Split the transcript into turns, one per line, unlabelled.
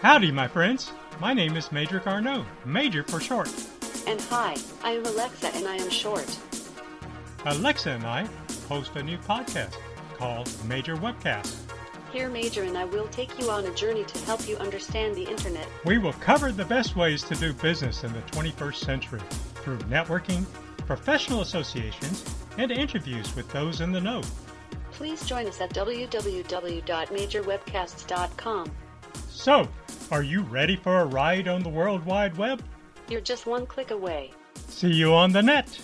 Howdy, my friends. My name is Major Carnot, Major for short.
And hi, I am Alexa and I am short.
Alexa and I host a new podcast called Major Webcast.
Here, Major and I will take you on a journey to help you understand the internet.
We will cover the best ways to do business in the 21st century through networking, professional associations, and interviews with those in the know.
Please join us at www.majorwebcasts.com.
So, are you ready for a ride on the World Wide Web?
You're just one click away.
See you on the net.